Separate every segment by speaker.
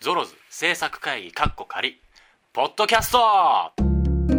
Speaker 1: ゾロズ制作会議かっこ仮ポッドキャスト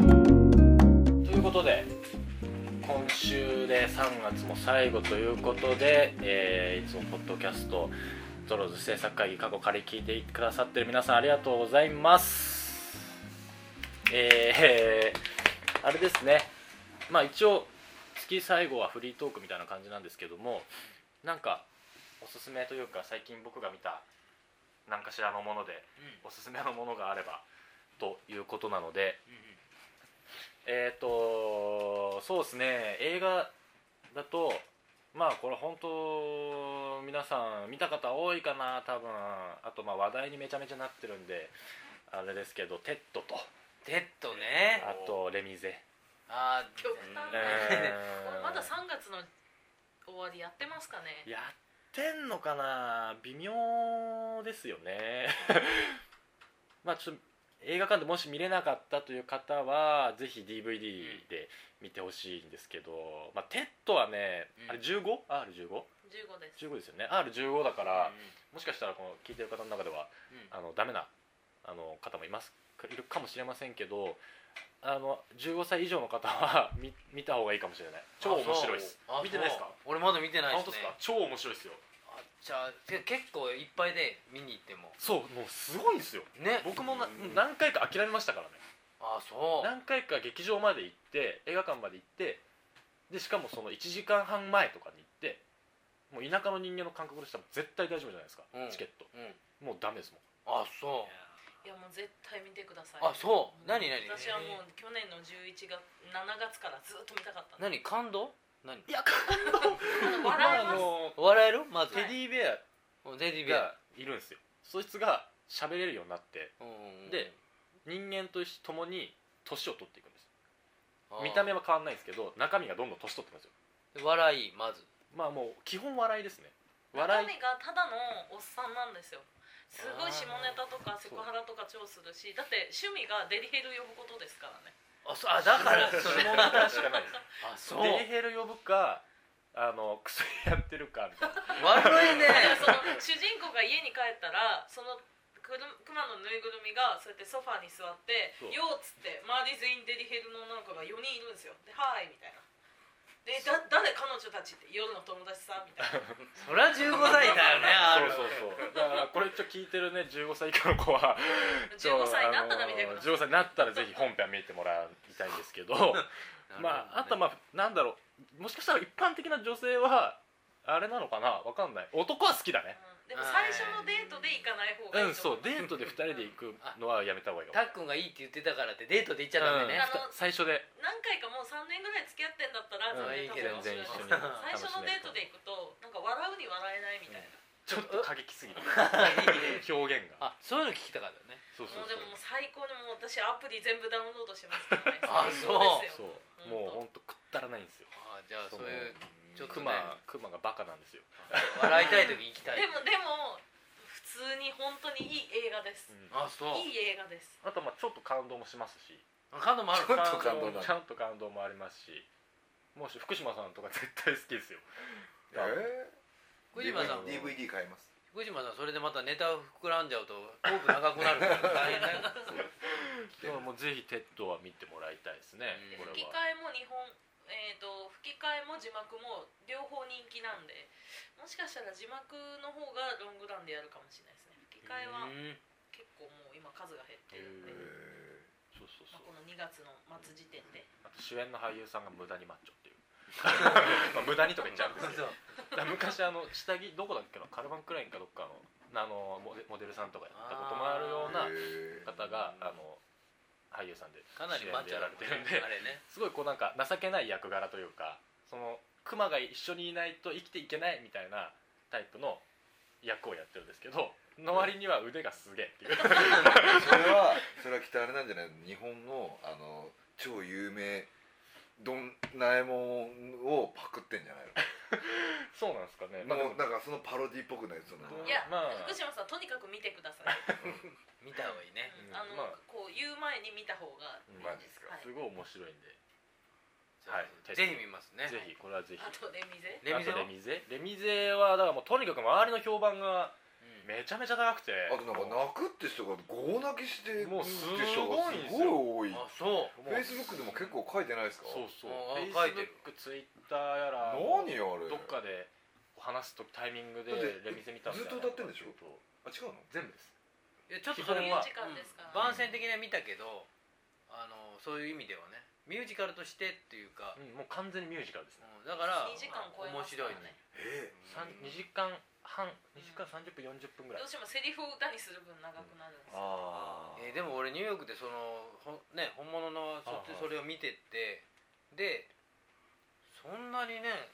Speaker 1: ということで今週で3月も最後ということで、えーいつもポッドキャストゾロズ制作会議過去仮聞いてくださってる皆さんありがとうございますえー、あれですねまあ一応月最後はフリートークみたいな感じなんですけどもなんかおすすめというか最近僕が見た何かしらのものでおすすめのものがあればということなのでえっ、とそうですね映画だとまあこれ本当皆さん見た方多いかな多分あとまあ話題にめちゃめちゃなってるんであれですけど「テッド」と
Speaker 2: テッドね
Speaker 1: あと「レミゼ」
Speaker 2: あー
Speaker 3: 極端ね、 まだ3月の終わりやってますかね
Speaker 1: やってんのかな微妙ですよね まあちょっと映画館でもし見れなかったという方はぜひ DVD で見てほしいんですけど、まあ、テッドはね、
Speaker 2: うん
Speaker 1: あれ 15?R15?15
Speaker 3: 15です
Speaker 1: ですよね R15 だか
Speaker 2: うん
Speaker 1: ら、もしかしたらこの聞いてる方の中では
Speaker 2: うん
Speaker 1: あのダメなあの方もいますいるかもしれませんけどあの15歳以上の方は見見た方がいいかもしれない超面白いです
Speaker 2: あそう
Speaker 1: 見てないですか
Speaker 2: あそう俺まだ見て
Speaker 1: あ
Speaker 2: ない
Speaker 1: 本当
Speaker 2: です
Speaker 1: で
Speaker 2: ね
Speaker 1: すか超面白いですよ
Speaker 2: あじゃあて結構いっぱいで見に行っても
Speaker 1: そうもうすごいんですよ
Speaker 2: ね
Speaker 1: 僕もな
Speaker 2: うん
Speaker 1: 何回か諦めましたからね
Speaker 2: あそう
Speaker 1: 何回か劇場まで行って映画館まで行ってでしかもその1時間半前とかに行ってもう田舎の人間の感覚でしたら絶対大丈夫じゃないですか、
Speaker 2: うん
Speaker 1: チケット
Speaker 2: うん
Speaker 1: もうダメですもん
Speaker 2: あそ
Speaker 3: いやもう絶対見てくださいう
Speaker 2: あそう何何
Speaker 3: 私はもう去年の11月7月からずっと見たかったんで
Speaker 2: 何感動何
Speaker 1: いや感動
Speaker 3: 笑えます
Speaker 1: の
Speaker 2: 笑えるまず
Speaker 1: テディベア
Speaker 2: うんデディベア
Speaker 1: がいるんですよそいつが喋れるようになってで人間と共に年を取っていくんです見た目
Speaker 2: は
Speaker 1: は変わんないんですけど中身がどんどん年取っていくんですよ
Speaker 2: 笑いまず
Speaker 1: まあもう基本笑いですね笑い
Speaker 3: 中身がただのおっさんなんですよすごい下ネタとかセクハラとか超するしだって趣味がデリヘル呼ぶことですからね
Speaker 2: あそうあだから
Speaker 1: 下
Speaker 2: そ
Speaker 1: ネ
Speaker 2: れ
Speaker 1: タしかないです
Speaker 2: あそう
Speaker 1: デリヘル呼ぶかあの薬やってるかみたい な
Speaker 2: 悪い ね
Speaker 3: だからその主人公が家に帰ったらそのくる熊のぬいぐるみがそうやってソファーに座って
Speaker 1: そう
Speaker 3: 「よう」っつって周り全員デリヘルの女の子が4人いるんですよで「はーい」みたいな「でだ誰彼女たち」って「夜の友達さ」みたい な
Speaker 2: そりゃ15歳だよねある
Speaker 1: そうそうそうだからこれちょっと聞いてるね15歳以下の子 はちょ
Speaker 3: 15歳になったら見てくだ
Speaker 1: あの
Speaker 3: さい
Speaker 1: 15歳になったらぜひ本編見てもらいたいんです けどまああとはまあなんだろうもしかしたら一般的な女性はあれなのかなわかんない男は好きだね
Speaker 3: うんでも最初のデートで行かない方が
Speaker 1: うん
Speaker 3: いいと
Speaker 1: そう
Speaker 3: 思
Speaker 1: デートで2人で行くのはやめた方がいいよ
Speaker 2: たっくんがいいって言ってたからってデートで行っちゃダメ
Speaker 1: う
Speaker 2: ね
Speaker 1: んふた最初で
Speaker 3: 何回かもう3年ぐらい付き合ってんだったら
Speaker 1: うん
Speaker 2: いいけど
Speaker 3: 多分面
Speaker 2: 全然一緒に
Speaker 3: 白いです最初のデートで行くとなんか笑うに笑えないみたいな、
Speaker 1: ちょっと過激すぎ る表現が
Speaker 2: あそういうの聞きたかったよね
Speaker 1: そうそうそ
Speaker 3: もうで
Speaker 1: う
Speaker 3: ももう最高にもう私アプリ全部ダウンロードしてますからね
Speaker 2: あそう
Speaker 3: です
Speaker 1: そう
Speaker 3: よ
Speaker 1: もうほんとくったらないんですよ
Speaker 2: あじゃあそういうちょっと
Speaker 1: ク
Speaker 2: ね
Speaker 1: マクマがバカなんですよ、
Speaker 2: 笑いたい時に行きたい
Speaker 3: でもでも普通に本当にいい映画です、
Speaker 2: あそう
Speaker 3: いい映画です
Speaker 1: あとまあちょっと感動もしますし
Speaker 2: 感度もある
Speaker 4: ちょっと感動だ
Speaker 1: ちゃんと感動もありますしもし福島さんとか絶対好きですよ
Speaker 4: え
Speaker 2: 福島さん
Speaker 4: DVD 買います
Speaker 2: 福島さんそれでまたネタ膨らんじゃうとトーク長くなるから大変だよ
Speaker 1: でももうぜひテッドは見てもらいたいですね、
Speaker 2: うん
Speaker 1: これ
Speaker 3: 吹き
Speaker 1: は
Speaker 3: 替えも日本えー、と吹き替えも字幕も両方人気なんでもしかしたら字幕の方がロングランでやるかもしれないですね吹き替えは
Speaker 2: うん
Speaker 3: 結構もう今数が減ってるん
Speaker 1: へ
Speaker 3: で、
Speaker 4: え
Speaker 1: そうそうそ
Speaker 3: まあ、こ
Speaker 1: う
Speaker 3: の2月の末時点で
Speaker 1: あと主演の俳優さんが無駄にマッチョ っていう まあ無駄にとか言っちゃうんですよ
Speaker 2: そう
Speaker 1: だから昔あの下着どこだっけなカルバンクラインかどっかのあのモデモデルさんとかやったこともあるような 方が
Speaker 2: あー
Speaker 1: あの俳優さんで
Speaker 2: かなりマッチョ
Speaker 1: や
Speaker 2: だ
Speaker 1: ら
Speaker 2: も
Speaker 1: れて
Speaker 2: んね
Speaker 1: るんで
Speaker 2: あれね
Speaker 1: すごいこうなんか情けない役柄というかそのクマが一緒にいないと生きていけないみたいなタイプの役をやってるんですけどの割には腕がすげえっていう
Speaker 4: それはそれはきっとあれなんじゃないの日本のあの超有名どんなえもんをパクってんじゃない
Speaker 1: そうなんですかね、ま
Speaker 4: の
Speaker 1: あ、で
Speaker 4: も
Speaker 1: も
Speaker 4: うなんかそのパロディっぽくないその
Speaker 1: どう
Speaker 3: いや
Speaker 1: まあ
Speaker 3: 福島さんとにかく見てください、
Speaker 2: 見た方がいいね
Speaker 3: うんあの、
Speaker 1: まあ
Speaker 3: こう言う前に見た方がいい
Speaker 4: マジ
Speaker 3: で
Speaker 4: ですすか
Speaker 3: はい
Speaker 1: すごい面白いんではい
Speaker 2: ぜひ見ますね
Speaker 1: ぜひこれはぜひ
Speaker 3: あとレミゼ
Speaker 2: レミゼ
Speaker 1: あ
Speaker 2: は
Speaker 1: とレミゼレミゼはだからもうとにかく周りの評判が
Speaker 2: うん
Speaker 1: めちゃめちゃ高くて
Speaker 4: あとなんか泣くって人がゴー泣きして
Speaker 1: もう
Speaker 4: って
Speaker 1: す
Speaker 4: 人
Speaker 1: ごいん
Speaker 4: が
Speaker 1: です
Speaker 4: す
Speaker 1: よ
Speaker 4: ごい多い
Speaker 2: あそう
Speaker 1: も
Speaker 4: フ
Speaker 1: う
Speaker 4: ェイスブックでも結構書いてないですか
Speaker 1: そうそう
Speaker 2: あ
Speaker 1: フェイ
Speaker 2: 書い
Speaker 1: スブ
Speaker 2: て
Speaker 1: ッ
Speaker 2: る
Speaker 1: クツイッターやら
Speaker 4: 何あれ
Speaker 1: どっかで話すとタイミングで
Speaker 4: だって
Speaker 1: レミゼ見たみたいな
Speaker 4: ずっと歌ってんでしょあ違うの
Speaker 1: 全部です
Speaker 2: いやちょっとそれは
Speaker 3: 基本はミュージカルですから
Speaker 2: うん番宣的には見たけどあのそういう意味ではねミュージカルとしてっていうか、
Speaker 1: うんもう完全にミュージカルですね
Speaker 2: うんだから
Speaker 3: 2時間超え
Speaker 2: 面
Speaker 3: ますか
Speaker 2: 白い
Speaker 3: ら
Speaker 2: ね
Speaker 3: ね
Speaker 4: え
Speaker 1: 三2時間半2時間30分40分ぐらい
Speaker 3: どうしてもセリフを歌にする分長くなるんですよ
Speaker 4: あ
Speaker 2: えーでも俺ニューヨークでそのほんね本物のそ
Speaker 1: はいはい
Speaker 2: それを見てってでそんなにね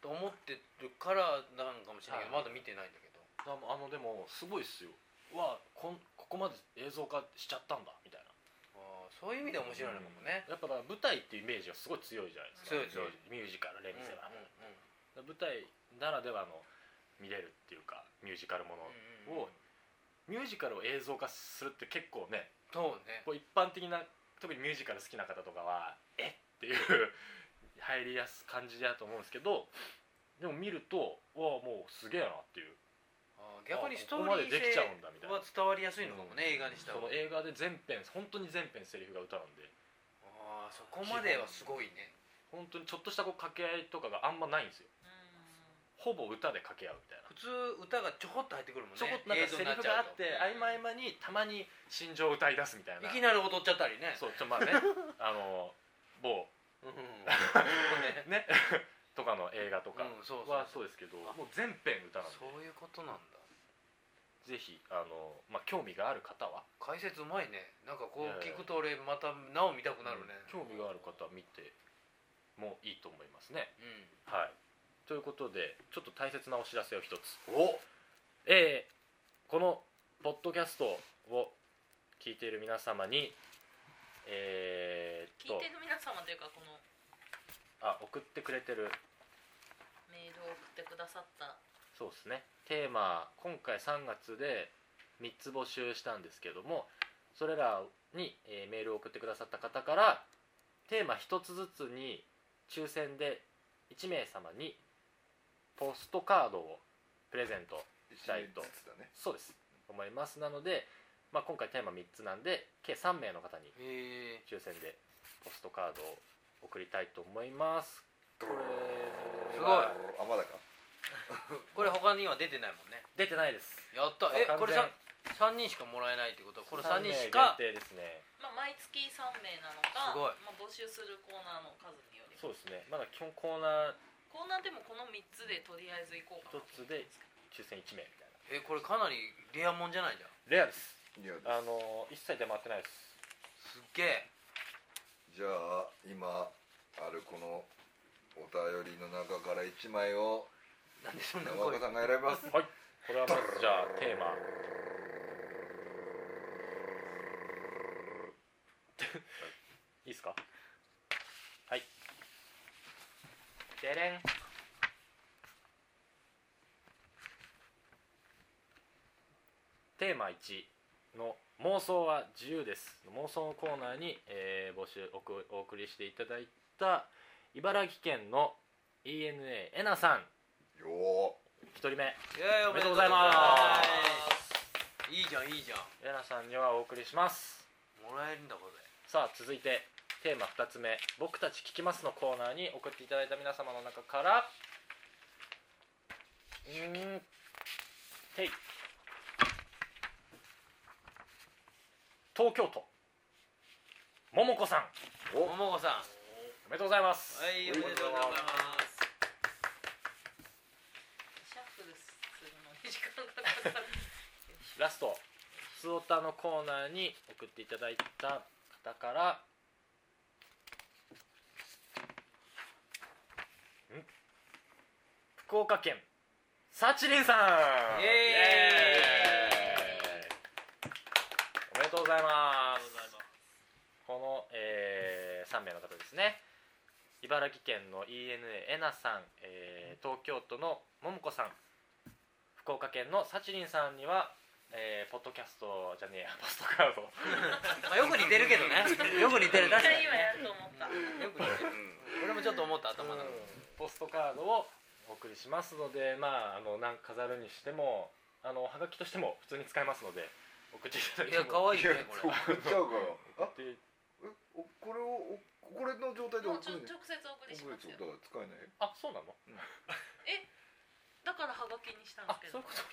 Speaker 2: と思ってるからなのかもしれないけど、
Speaker 1: はい
Speaker 2: まだ見てないんだけど
Speaker 1: あのあのでもすごいっすよわあこんここまで映像化しちゃったんだみたいな
Speaker 2: あーそういう意味では面白いのかもね、
Speaker 1: やっぱだから舞台っていうイメージがすごい強いじゃないですか
Speaker 2: 強い強い
Speaker 1: ミュージカルレ
Speaker 2: うん
Speaker 1: ミゼは、
Speaker 2: うんうん
Speaker 1: 舞台ならではの見れるっていうかミュージカルもの、
Speaker 2: うんうんうん
Speaker 1: をミュージカルを映像化するって結構ね
Speaker 2: そうね
Speaker 1: こう一般的な特にミュージカル好きな方とかはえっていう入りやす感じだと思うんですけどでも見るとわあもうすげえなっていう
Speaker 2: あー逆に
Speaker 1: あ
Speaker 2: ストーリー
Speaker 1: ここまでできちゃうんだみ
Speaker 2: 性
Speaker 1: たいな
Speaker 2: は伝わりやすいのかもね、映画にした
Speaker 1: そ
Speaker 2: 方が
Speaker 1: の映画で全編本当に全編セリフが歌なんで
Speaker 2: あーそこまではすごいね
Speaker 1: 本当にちょっとしたこう掛け合いとかがあんまないんですよ
Speaker 3: う
Speaker 1: ほぼ歌で掛け合うみたいな
Speaker 2: 普通歌がちょこっと入ってくるもん
Speaker 1: ち
Speaker 2: ね
Speaker 1: ょこっとなんかセリフがあって
Speaker 2: 映
Speaker 1: 合間合間にたまに心情を歌い出すみたい
Speaker 2: 像になっちゃう
Speaker 1: ない
Speaker 2: ときなり踊っちゃったりね
Speaker 1: そうちょまあねあの某
Speaker 2: うん
Speaker 1: ねとかの映画とか
Speaker 2: うんそうそう
Speaker 1: はそうですけど
Speaker 2: あ
Speaker 1: もう全編歌なんで
Speaker 2: そういうことなんだ
Speaker 1: ぜひあの、まあ、興味がある方は
Speaker 2: 解説うまいねなんかこう
Speaker 1: いやいや
Speaker 2: 聞くと俺またなお見たくなるね
Speaker 1: 興味がある方は見てもいいと思いますね
Speaker 2: うん
Speaker 1: はいということでちょっと大切なお知らせを一つ
Speaker 4: お
Speaker 1: えーこのポッドキャストを聞いている皆様にえーっ
Speaker 3: ん聞
Speaker 1: と
Speaker 3: いてる皆様というかこの
Speaker 1: あ送ってくれてる
Speaker 3: メールを送ってくださった
Speaker 1: そうですねテーマ今回3月で3つ募集したんですけどもそれらに、えーメールを送ってくださった方からテーマ1つずつに抽選で1名様にポストカードをプレゼント
Speaker 4: 一枚ずつだね
Speaker 1: そうです思いますなので、まあ、今回テーマ3つなんで計3名の方に
Speaker 2: へえ
Speaker 1: 抽選でポストカードを送りたいと思いますこれ
Speaker 2: すごい
Speaker 1: は
Speaker 4: あまだか
Speaker 2: これ他には出てないもんね
Speaker 1: 出てないです
Speaker 2: やったえ
Speaker 1: 完全
Speaker 2: これさ三人しかもらえないってことはこれ三人し
Speaker 1: 3
Speaker 2: か
Speaker 1: 名限定ですね
Speaker 3: まあ、毎月3名なの
Speaker 2: す
Speaker 3: か
Speaker 2: ごい
Speaker 3: まあ、募集するコーナーの数により
Speaker 1: そうですねまだ基本コーナー
Speaker 3: コーナーでもこの3つでとりあえず行こうかな
Speaker 1: 1つで抽選1名みたいな
Speaker 2: えこれかなりレアもんじゃないじゃん
Speaker 1: レアです
Speaker 4: いや
Speaker 1: あのー一切出回ってないです
Speaker 2: すっげえ
Speaker 4: じゃあ今あるこのお便りの中から一枚を
Speaker 2: なんでそんな
Speaker 4: 山
Speaker 2: 声
Speaker 4: 岡さんが選びます
Speaker 1: はいこれはまずじゃあテーマ いいですかはいでれんテーマ1の妄想は自由です妄想のコーナーに、えー募集おくお送りしていただいた茨城県の ENA えなさん
Speaker 4: よー
Speaker 1: 1人目
Speaker 2: イエー
Speaker 1: お
Speaker 2: イ
Speaker 1: めでとうございます
Speaker 2: いいじゃんいいじゃん
Speaker 1: えなさんにはお送りします
Speaker 2: もらえるんだこれ
Speaker 1: さあ続いてテーマ2つ目「僕たち聞きます」のコーナーに送っていただいた皆様の中からうーんてい東京都ももこさん
Speaker 4: お
Speaker 2: ももこさん
Speaker 1: おめでとうございます、
Speaker 2: はいお
Speaker 4: おめ
Speaker 2: め
Speaker 4: で
Speaker 2: で
Speaker 4: と
Speaker 2: と
Speaker 4: う
Speaker 2: う
Speaker 4: ご
Speaker 2: ご
Speaker 4: ざ
Speaker 2: ざ
Speaker 4: い
Speaker 2: います
Speaker 3: シャッフルするのに時間がかかる
Speaker 1: ラスト「つおた」のコーナーに送っていただいた方からん福岡県サチリンさん
Speaker 2: イエ
Speaker 1: イエーイおめでとうございま
Speaker 2: あ
Speaker 1: す
Speaker 2: りがとうございます
Speaker 1: この、え3名の方ですね茨城県の ENA えなさん、えー東京都のももこさん福岡県のさちりんさんにはえーポッドキャストじゃねえや ポストカード
Speaker 2: まあ、よく似てるけどねよく似てる確かに
Speaker 3: 今やると思った
Speaker 2: よく似てる俺もちょっと思った頭の中で
Speaker 1: ポストカードをお送りしますのでまああのなん飾るにしてもあのはがきとしても普通に使えますので送っていただい
Speaker 2: い
Speaker 1: ても
Speaker 2: や可愛い
Speaker 4: いや
Speaker 2: ねこれ
Speaker 4: 送っちゃうから
Speaker 1: 送
Speaker 4: あ
Speaker 1: って
Speaker 4: えおこれをおこれの状態で
Speaker 3: もう
Speaker 4: 送
Speaker 3: ちょ
Speaker 4: るんじゃ
Speaker 3: 直接お送りし
Speaker 4: 送
Speaker 3: ま
Speaker 4: れ
Speaker 3: す
Speaker 4: ちゃ
Speaker 3: よ
Speaker 4: うだから使えないよ
Speaker 1: あそうなの
Speaker 3: だからハガキにしたんで
Speaker 1: あ
Speaker 3: すけ
Speaker 1: そ
Speaker 3: ど
Speaker 1: ういうこと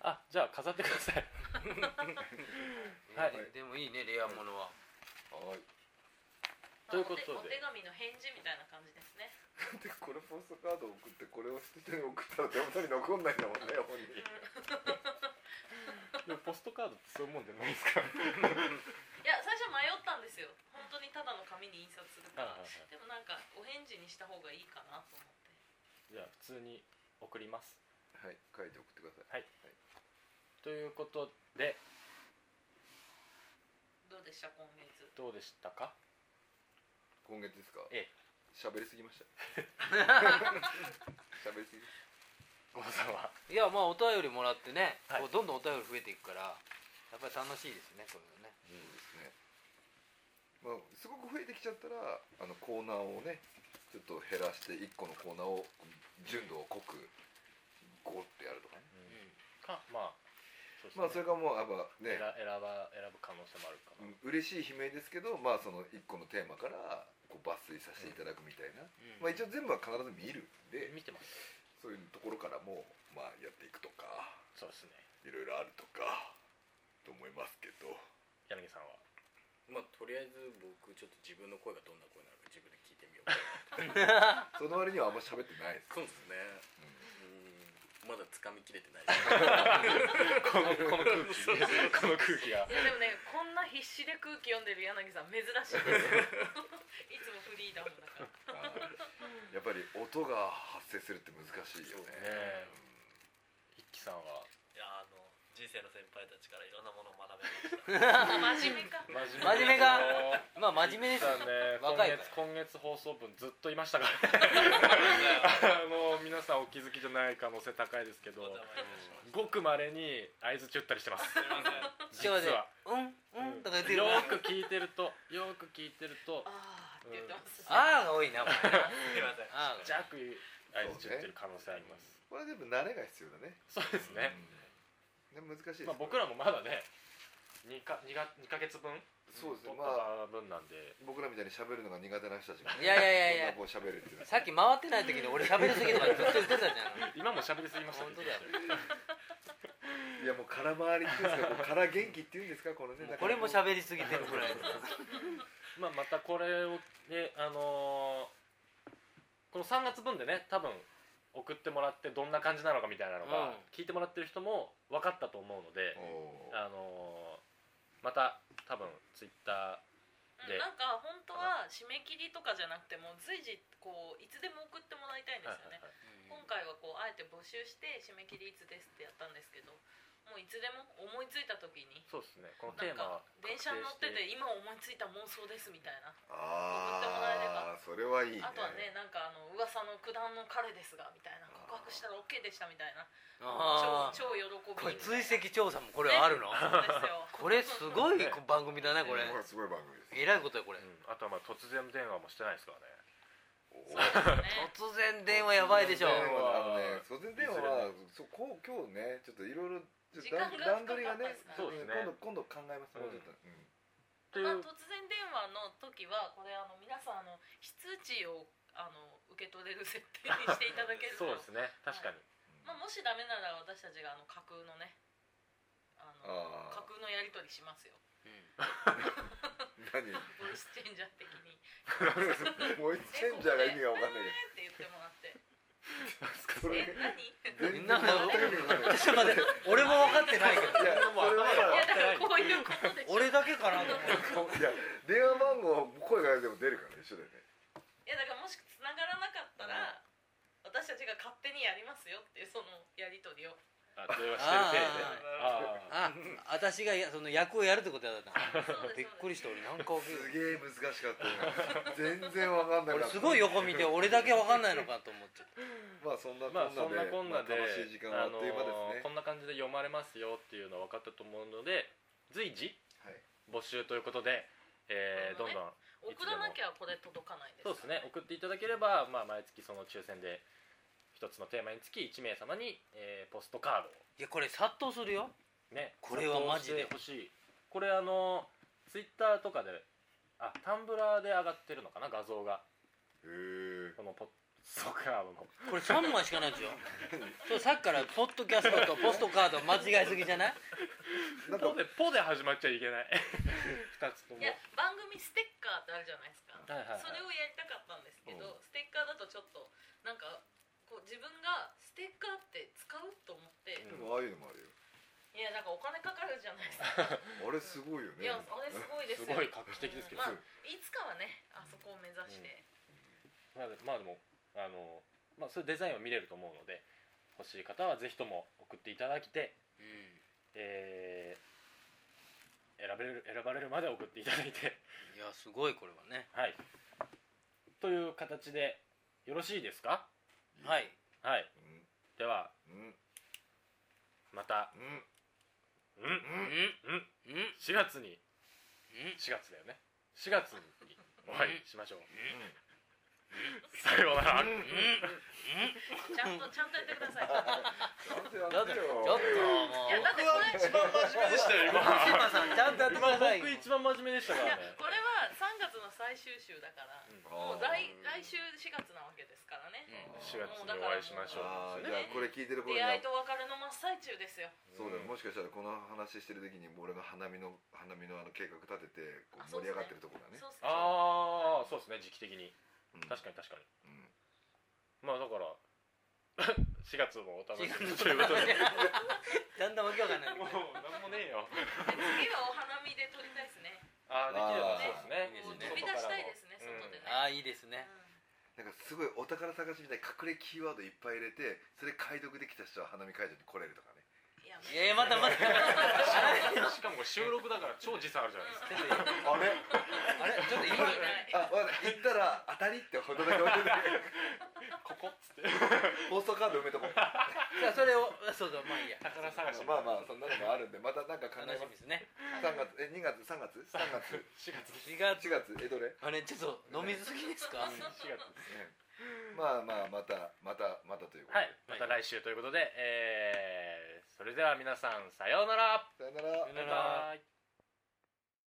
Speaker 1: あじゃあ飾ってくださいはい
Speaker 2: でもいいねレアものは
Speaker 4: はい
Speaker 1: ということで
Speaker 3: お手お手紙の返事みたいな感じですね
Speaker 4: でこれポストカード送ってこれを捨てて送ったら手元に残んないんだもんね本人
Speaker 1: でもポストカードってそういうもんじゃないですか
Speaker 3: いや最初迷ったんですよ本当にただの紙に印刷するから
Speaker 1: はいはいはい
Speaker 3: でもなんかお返事にした方がいいかなと思って
Speaker 1: じゃあ普通に送ります
Speaker 4: はい書いて送ってください
Speaker 1: ということで
Speaker 3: どうでした今月
Speaker 1: どうでしたか
Speaker 4: 今月ですか
Speaker 1: え え
Speaker 4: 喋りすぎ ました喋りすぎです
Speaker 1: 郷さんはい
Speaker 2: やまあお便りもらってね、
Speaker 1: はい
Speaker 2: こうどんどんお便り増えていくからやっぱり楽しいですねこれね
Speaker 4: そうですねまあすごく増えてきちゃったらあのコーナーをねちょっと減らして1個のコーナーを純度を濃くゴーってやるとかね
Speaker 1: かまあそうですね
Speaker 4: まあそれがもうやっぱ
Speaker 1: 選
Speaker 4: ね
Speaker 1: 選ば選ぶ可能性もあるかな、
Speaker 4: うん嬉しい悲鳴ですけどまあその1個のテーマからこう抜粋させていただくみたいな、
Speaker 2: うん
Speaker 4: まあ一応全部は必ず見るんで
Speaker 1: 見てます
Speaker 4: そういうところからもまあやっていくとか
Speaker 1: そうですね
Speaker 4: いろいろあるとかと思いますけど
Speaker 1: 柳さんは
Speaker 5: まあとりあえず僕ちょっと自分の声がどんな声なのか自分で聞いてみようかな
Speaker 4: その割にはあんま喋ってないです
Speaker 5: そうですね
Speaker 4: うん
Speaker 5: うんまだ掴みきれてない
Speaker 1: こ のこの空気この空気が
Speaker 3: いやでもねこんな必死で空気読んでる柳さん珍しいですよ いつもフリーダムだから
Speaker 4: はいやっぱり音が発生するって難しいよ
Speaker 1: ね
Speaker 4: ね
Speaker 1: え一輝さんはい
Speaker 6: やあの人生の先輩たちからいろんなものを学べました
Speaker 3: 真面目か
Speaker 1: 真
Speaker 2: 面目がまあ真面目ですよ
Speaker 1: 一輝さんね今
Speaker 2: 若いか
Speaker 1: 月今月放送分ずっといましたからね あの皆さんお気づきじゃない可能性高いですけど
Speaker 6: また参りましょ
Speaker 1: ご
Speaker 6: う
Speaker 1: くまれに相槌打ったりしてます
Speaker 6: すいません
Speaker 1: 実は
Speaker 2: らうんうんとか言ってる
Speaker 1: よーく
Speaker 2: から
Speaker 1: 聞いてるとよーく聞いてると
Speaker 3: あーって言ってます、
Speaker 2: あーが多いなお前
Speaker 6: すいません
Speaker 2: あーが
Speaker 1: 弱い相槌打ってる可能性あります
Speaker 4: これは全部慣れが必要だね
Speaker 1: そうですね、
Speaker 4: ね難しいです、
Speaker 1: まあ、僕らもまだね2か二か二ヶ月分
Speaker 4: そうです
Speaker 1: 取っ
Speaker 4: ねま
Speaker 1: た
Speaker 4: あ
Speaker 1: 分なんで、
Speaker 4: 僕らみたいに喋るのが苦手な人たちがね
Speaker 2: いやいやいやいや
Speaker 4: こんなこう喋るっていうのは
Speaker 2: さっき回ってない時に俺喋りすぎとかずっと言ってたじゃん
Speaker 1: 今も喋りすぎました
Speaker 2: 本当だよ
Speaker 4: いやもう空回りっていうんですかこう空元気っていうんですかこのね
Speaker 2: もうこれも
Speaker 4: なんか
Speaker 2: 喋りすぎてるくらい
Speaker 1: まあ、またこれをであのーこの3月分でね多分送ってもらってどんな感じなのかみたいなのが、
Speaker 2: うん
Speaker 1: 聞いてもらってる人も分かったと思うので、
Speaker 4: おー
Speaker 1: あのーまた多分ツイッタ
Speaker 3: うんなんか本当は締め切りとかじゃなくてもう随時こういつでも送ってもらいたい
Speaker 1: ー、
Speaker 3: んです
Speaker 1: はい
Speaker 3: よね、
Speaker 5: うん
Speaker 3: 今回はこうあえて募集して締め切りいつですってやったんですけどもういつでも思いついた時に
Speaker 1: そうですねこの
Speaker 3: な
Speaker 1: テ
Speaker 3: ん
Speaker 1: ーマは
Speaker 3: か電車に乗っ
Speaker 1: 確
Speaker 3: て
Speaker 1: 定して
Speaker 3: 今思いついた妄想ですみたいな
Speaker 4: ああそれはいいね
Speaker 3: あとはねなんかあの噂の九段の彼ですがみたいな告白したら OK でしたみたいな
Speaker 2: あー
Speaker 3: 超超喜び
Speaker 2: これ
Speaker 3: みた
Speaker 2: 追
Speaker 3: いな
Speaker 2: 跡調査もこれあるの
Speaker 3: そうで
Speaker 2: これす
Speaker 3: すよ
Speaker 2: ごい番組だねこれ
Speaker 4: これすごい番組です
Speaker 2: えらいことよこ
Speaker 1: う
Speaker 2: れ
Speaker 1: ん、あとはまあ突然電話もしてないですからね
Speaker 4: お
Speaker 3: そう
Speaker 2: 突然
Speaker 3: ですね
Speaker 4: ー
Speaker 2: 電話やばいでしょ
Speaker 4: 突然電話あのね突然電話はそうこう今日ねちょっといろいろちょっと段
Speaker 3: 時間が
Speaker 4: 段取りがね
Speaker 1: かっ
Speaker 3: 深
Speaker 1: たですね
Speaker 4: 今度今度考えますもうちょっとうん
Speaker 1: とい
Speaker 3: まあ
Speaker 1: う
Speaker 3: 突然電話の時はこれあの皆さんあの非通知をあの受け取れる設定にしていただけると
Speaker 1: そうですね確かに、
Speaker 3: まあ、もしダメなら私たちがあの架空のねあの
Speaker 4: あ
Speaker 3: 架
Speaker 4: あ
Speaker 3: 空のやり取りしますよ ボイ
Speaker 4: 何
Speaker 3: スチェンジャー的に
Speaker 4: ボイスチェンジャーが意味が分かんな
Speaker 3: 「
Speaker 4: い
Speaker 3: えっ?」って言ってもらって「
Speaker 4: けどそれ
Speaker 3: え何?」
Speaker 4: 全然言ってる意味が分かんない
Speaker 2: ちょっと待って俺も分かってないけど
Speaker 4: いやそれ
Speaker 3: いや
Speaker 4: は
Speaker 3: だからこういうこと でしょ
Speaker 2: 俺だけかなと思って
Speaker 4: いや電話番号声がでも出るから一緒だよね
Speaker 3: いやだからもし繋がらなかったら私たちが勝手にやりますよっていうそのやり取りを
Speaker 1: あ電話してる
Speaker 6: あ
Speaker 1: 体で
Speaker 6: あ
Speaker 1: ああ
Speaker 2: あ私がやその役をやるってことやだった の
Speaker 3: そう
Speaker 2: びっ
Speaker 3: です
Speaker 2: くりした俺なんかわけ
Speaker 4: すげえ難しかったよ全然わかんなかっ
Speaker 2: 俺
Speaker 4: た
Speaker 2: すごい横見て俺だけわかんないのかと思っちゃった
Speaker 4: まあそんな
Speaker 1: まあそ
Speaker 4: こん
Speaker 1: んな
Speaker 4: なで
Speaker 1: こんなで、
Speaker 4: まあ楽しい時間はあっという間
Speaker 1: あのー
Speaker 4: です
Speaker 1: こ
Speaker 4: ね
Speaker 1: んな感じで読まれますよっていうのは分かったと思うので随時
Speaker 4: はい
Speaker 1: 募集ということで、えー
Speaker 3: あの
Speaker 1: どん
Speaker 3: ね
Speaker 1: どん
Speaker 3: 送らなきゃこれ届かないです
Speaker 1: そうですね送っていただければ、まあ、毎月その抽選で一つのテーマにつき1名様に、えーポストカードを
Speaker 2: いやこれ殺到するよ
Speaker 1: ね
Speaker 2: これはマジで
Speaker 1: 欲しいこれあのツイッターとかであタンブラーで上がってるのかな画像が
Speaker 4: へえ
Speaker 1: このポストカードの
Speaker 2: これ3枚しかないですよそうさっきからポッドキャストとポストカード間違いすぎじゃない
Speaker 4: なん
Speaker 1: ポ
Speaker 4: か
Speaker 1: でポで始まっちゃいけ ない二つとも
Speaker 3: いや番組ステッカーってあるじゃないですか
Speaker 1: はいはいはい
Speaker 3: それをやりたかったんですけど、
Speaker 4: う
Speaker 3: ステッカーだとちょっとなんかこう自分がステッカーって使うと思って、
Speaker 4: でもああいうのもある
Speaker 3: いやなんかお金かかるじゃないですか
Speaker 4: よあれすごいよ
Speaker 3: い
Speaker 4: ね
Speaker 3: やあれすごいです
Speaker 1: す
Speaker 3: よ
Speaker 1: ごい画期的ですけど、
Speaker 3: まあいつかはねあそこを目指して、
Speaker 1: まあで、まあでもあの、まあ、そういうデザインは見れると思うので欲しい方はぜひとも送っていただいて、
Speaker 2: うん
Speaker 1: えー選べる選ばれるまで送っていただいて
Speaker 2: いやすごいこれはね
Speaker 1: はいという形でよろしいですか
Speaker 2: はい
Speaker 1: はいでは
Speaker 4: うんうん
Speaker 1: また
Speaker 4: うん
Speaker 1: うんうん
Speaker 2: うん
Speaker 1: うん
Speaker 2: うんうん
Speaker 1: 4月に4月だよね4月にお会いしましょうさようなら
Speaker 4: うん
Speaker 3: ちゃんとちゃんとやってくださいい
Speaker 4: なん
Speaker 2: ちょっと
Speaker 4: でやって
Speaker 2: ちょっ
Speaker 4: よ
Speaker 2: ともう
Speaker 3: やだってこれ
Speaker 6: 一番真面目でしたよ今
Speaker 2: 志村さんちゃんとやってくださいよ
Speaker 1: 僕一番真面目でしたか
Speaker 3: い
Speaker 1: ら
Speaker 3: や
Speaker 1: ね
Speaker 3: これは3月の最終週だから、もう来来週4月なわけですからね、
Speaker 4: うん
Speaker 1: 4月にお会いしましょ
Speaker 4: あ
Speaker 1: う
Speaker 4: ーじゃあこれ聞いてる頃
Speaker 3: 出
Speaker 4: には
Speaker 3: 会いと別れの真っ最中ですよ
Speaker 4: そうだよもしかしたらこの話してる時に俺が花見の花見のあの計画立ててこう盛り上がってるところだね
Speaker 3: そうっすね
Speaker 1: ああそうですね時期的に確か
Speaker 4: か
Speaker 1: に確かに
Speaker 4: に、うん
Speaker 1: まあだから 4月もお楽しみにということで
Speaker 2: だんだんわけわかんない
Speaker 1: もうなんもねえよ
Speaker 3: 次はお花見で撮りたいですね
Speaker 1: ああできればそうで
Speaker 3: も
Speaker 1: す
Speaker 3: う
Speaker 1: ね
Speaker 3: 飛び出したいですね
Speaker 1: うん
Speaker 3: 外で
Speaker 2: あ
Speaker 3: ね、
Speaker 2: あいいですね
Speaker 4: なんかすごいお宝探しみたいな隠れキーワードいっぱい入れてそれ解読できた人は花見会場に来れるとかね
Speaker 3: うんいやもう
Speaker 2: えー、またまた
Speaker 1: しかも収録だから超時差あるじゃないですか
Speaker 4: あれ
Speaker 2: あれちょっと今
Speaker 3: 意味ない
Speaker 4: あ、まだ行ったら当たりってほどだけ置いてない
Speaker 1: ここっつって
Speaker 4: 放送カード埋めとこう
Speaker 2: じゃあそれをそうそうまあいいや
Speaker 1: 宝探し
Speaker 4: まあまあそんなのもあるんでまたなんか考
Speaker 2: 楽
Speaker 4: え
Speaker 2: しみ
Speaker 4: ま
Speaker 2: ですすね
Speaker 4: 3月え2月3月3月
Speaker 1: 4月です
Speaker 2: 4月
Speaker 4: 4月えどれ、ね、
Speaker 2: あれちょっと飲みすぎですか
Speaker 1: 4月です
Speaker 4: まあまあまたまたまたということ
Speaker 1: は
Speaker 4: で、
Speaker 1: いまた来週ということでえーそれでは皆さんさようなら
Speaker 4: さよなら
Speaker 2: よなら
Speaker 1: イ